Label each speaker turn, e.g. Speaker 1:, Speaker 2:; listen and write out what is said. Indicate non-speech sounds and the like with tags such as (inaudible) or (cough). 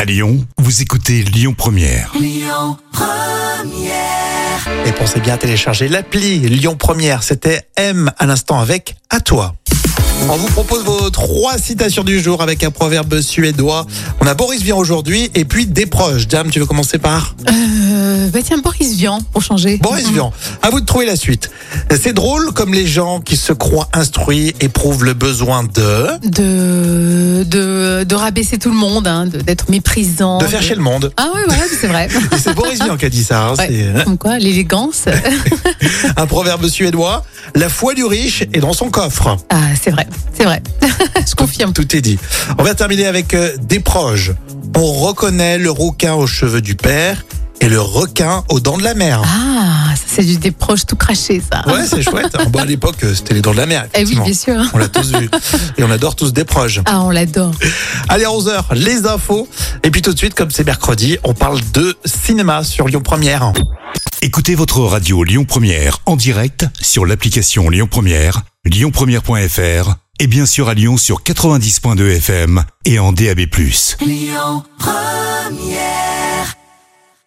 Speaker 1: À Lyon, vous écoutez Lyon Première.
Speaker 2: Et pensez bien à télécharger l'appli Lyon Première. C'était M à l'instant avec à toi. On vous propose vos trois citations du jour avec un proverbe suédois. On a Boris Vian aujourd'hui et puis des proches. Jam, tu veux commencer par
Speaker 3: Euh, bah tiens, Boris Vian, pour changer.
Speaker 2: Boris Vian. À vous de trouver la suite. C'est drôle comme les gens qui se croient instruits éprouvent le besoin de
Speaker 3: De, de, de rabaisser tout le monde, hein, de- d'être méprisant.
Speaker 2: de faire chez le monde.
Speaker 3: Ah ouais, ouais, c'est vrai.
Speaker 2: Et (laughs) C'est Boris Vian qui a dit ça. hein,
Speaker 3: Ouais,
Speaker 2: c'est-
Speaker 3: Comme quoi, l'élégance. (laughs)
Speaker 2: Un proverbe suédois. La foi du riche est dans son coffre.
Speaker 3: Ah, c'est vrai,
Speaker 2: (laughs)
Speaker 3: c'est vrai. Je confirme.
Speaker 2: Tout est dit. On va terminer avec euh, des proches. On reconnaît le rouquin aux cheveux du père et le requin aux dents de la mer.
Speaker 3: Ah, ça, c'est du des proches tout craché, ça.
Speaker 2: Ouais, c'est chouette. Bon, à l'époque, euh, c'était les dents de la mer.
Speaker 3: Ah. Eh oui,
Speaker 2: effectivement.
Speaker 3: bien sûr.
Speaker 2: On l'a tous vu. Et on adore tous des proches.
Speaker 3: Ah, on l'adore.
Speaker 2: Allez, 11h, les infos. Et puis tout de suite, comme c'est mercredi, on parle de cinéma sur Lyon Première.
Speaker 1: Écoutez votre radio Lyon Première en direct sur l'application Lyon Première, lyonpremière.fr et bien sûr à Lyon sur 90.2 FM et en DAB+.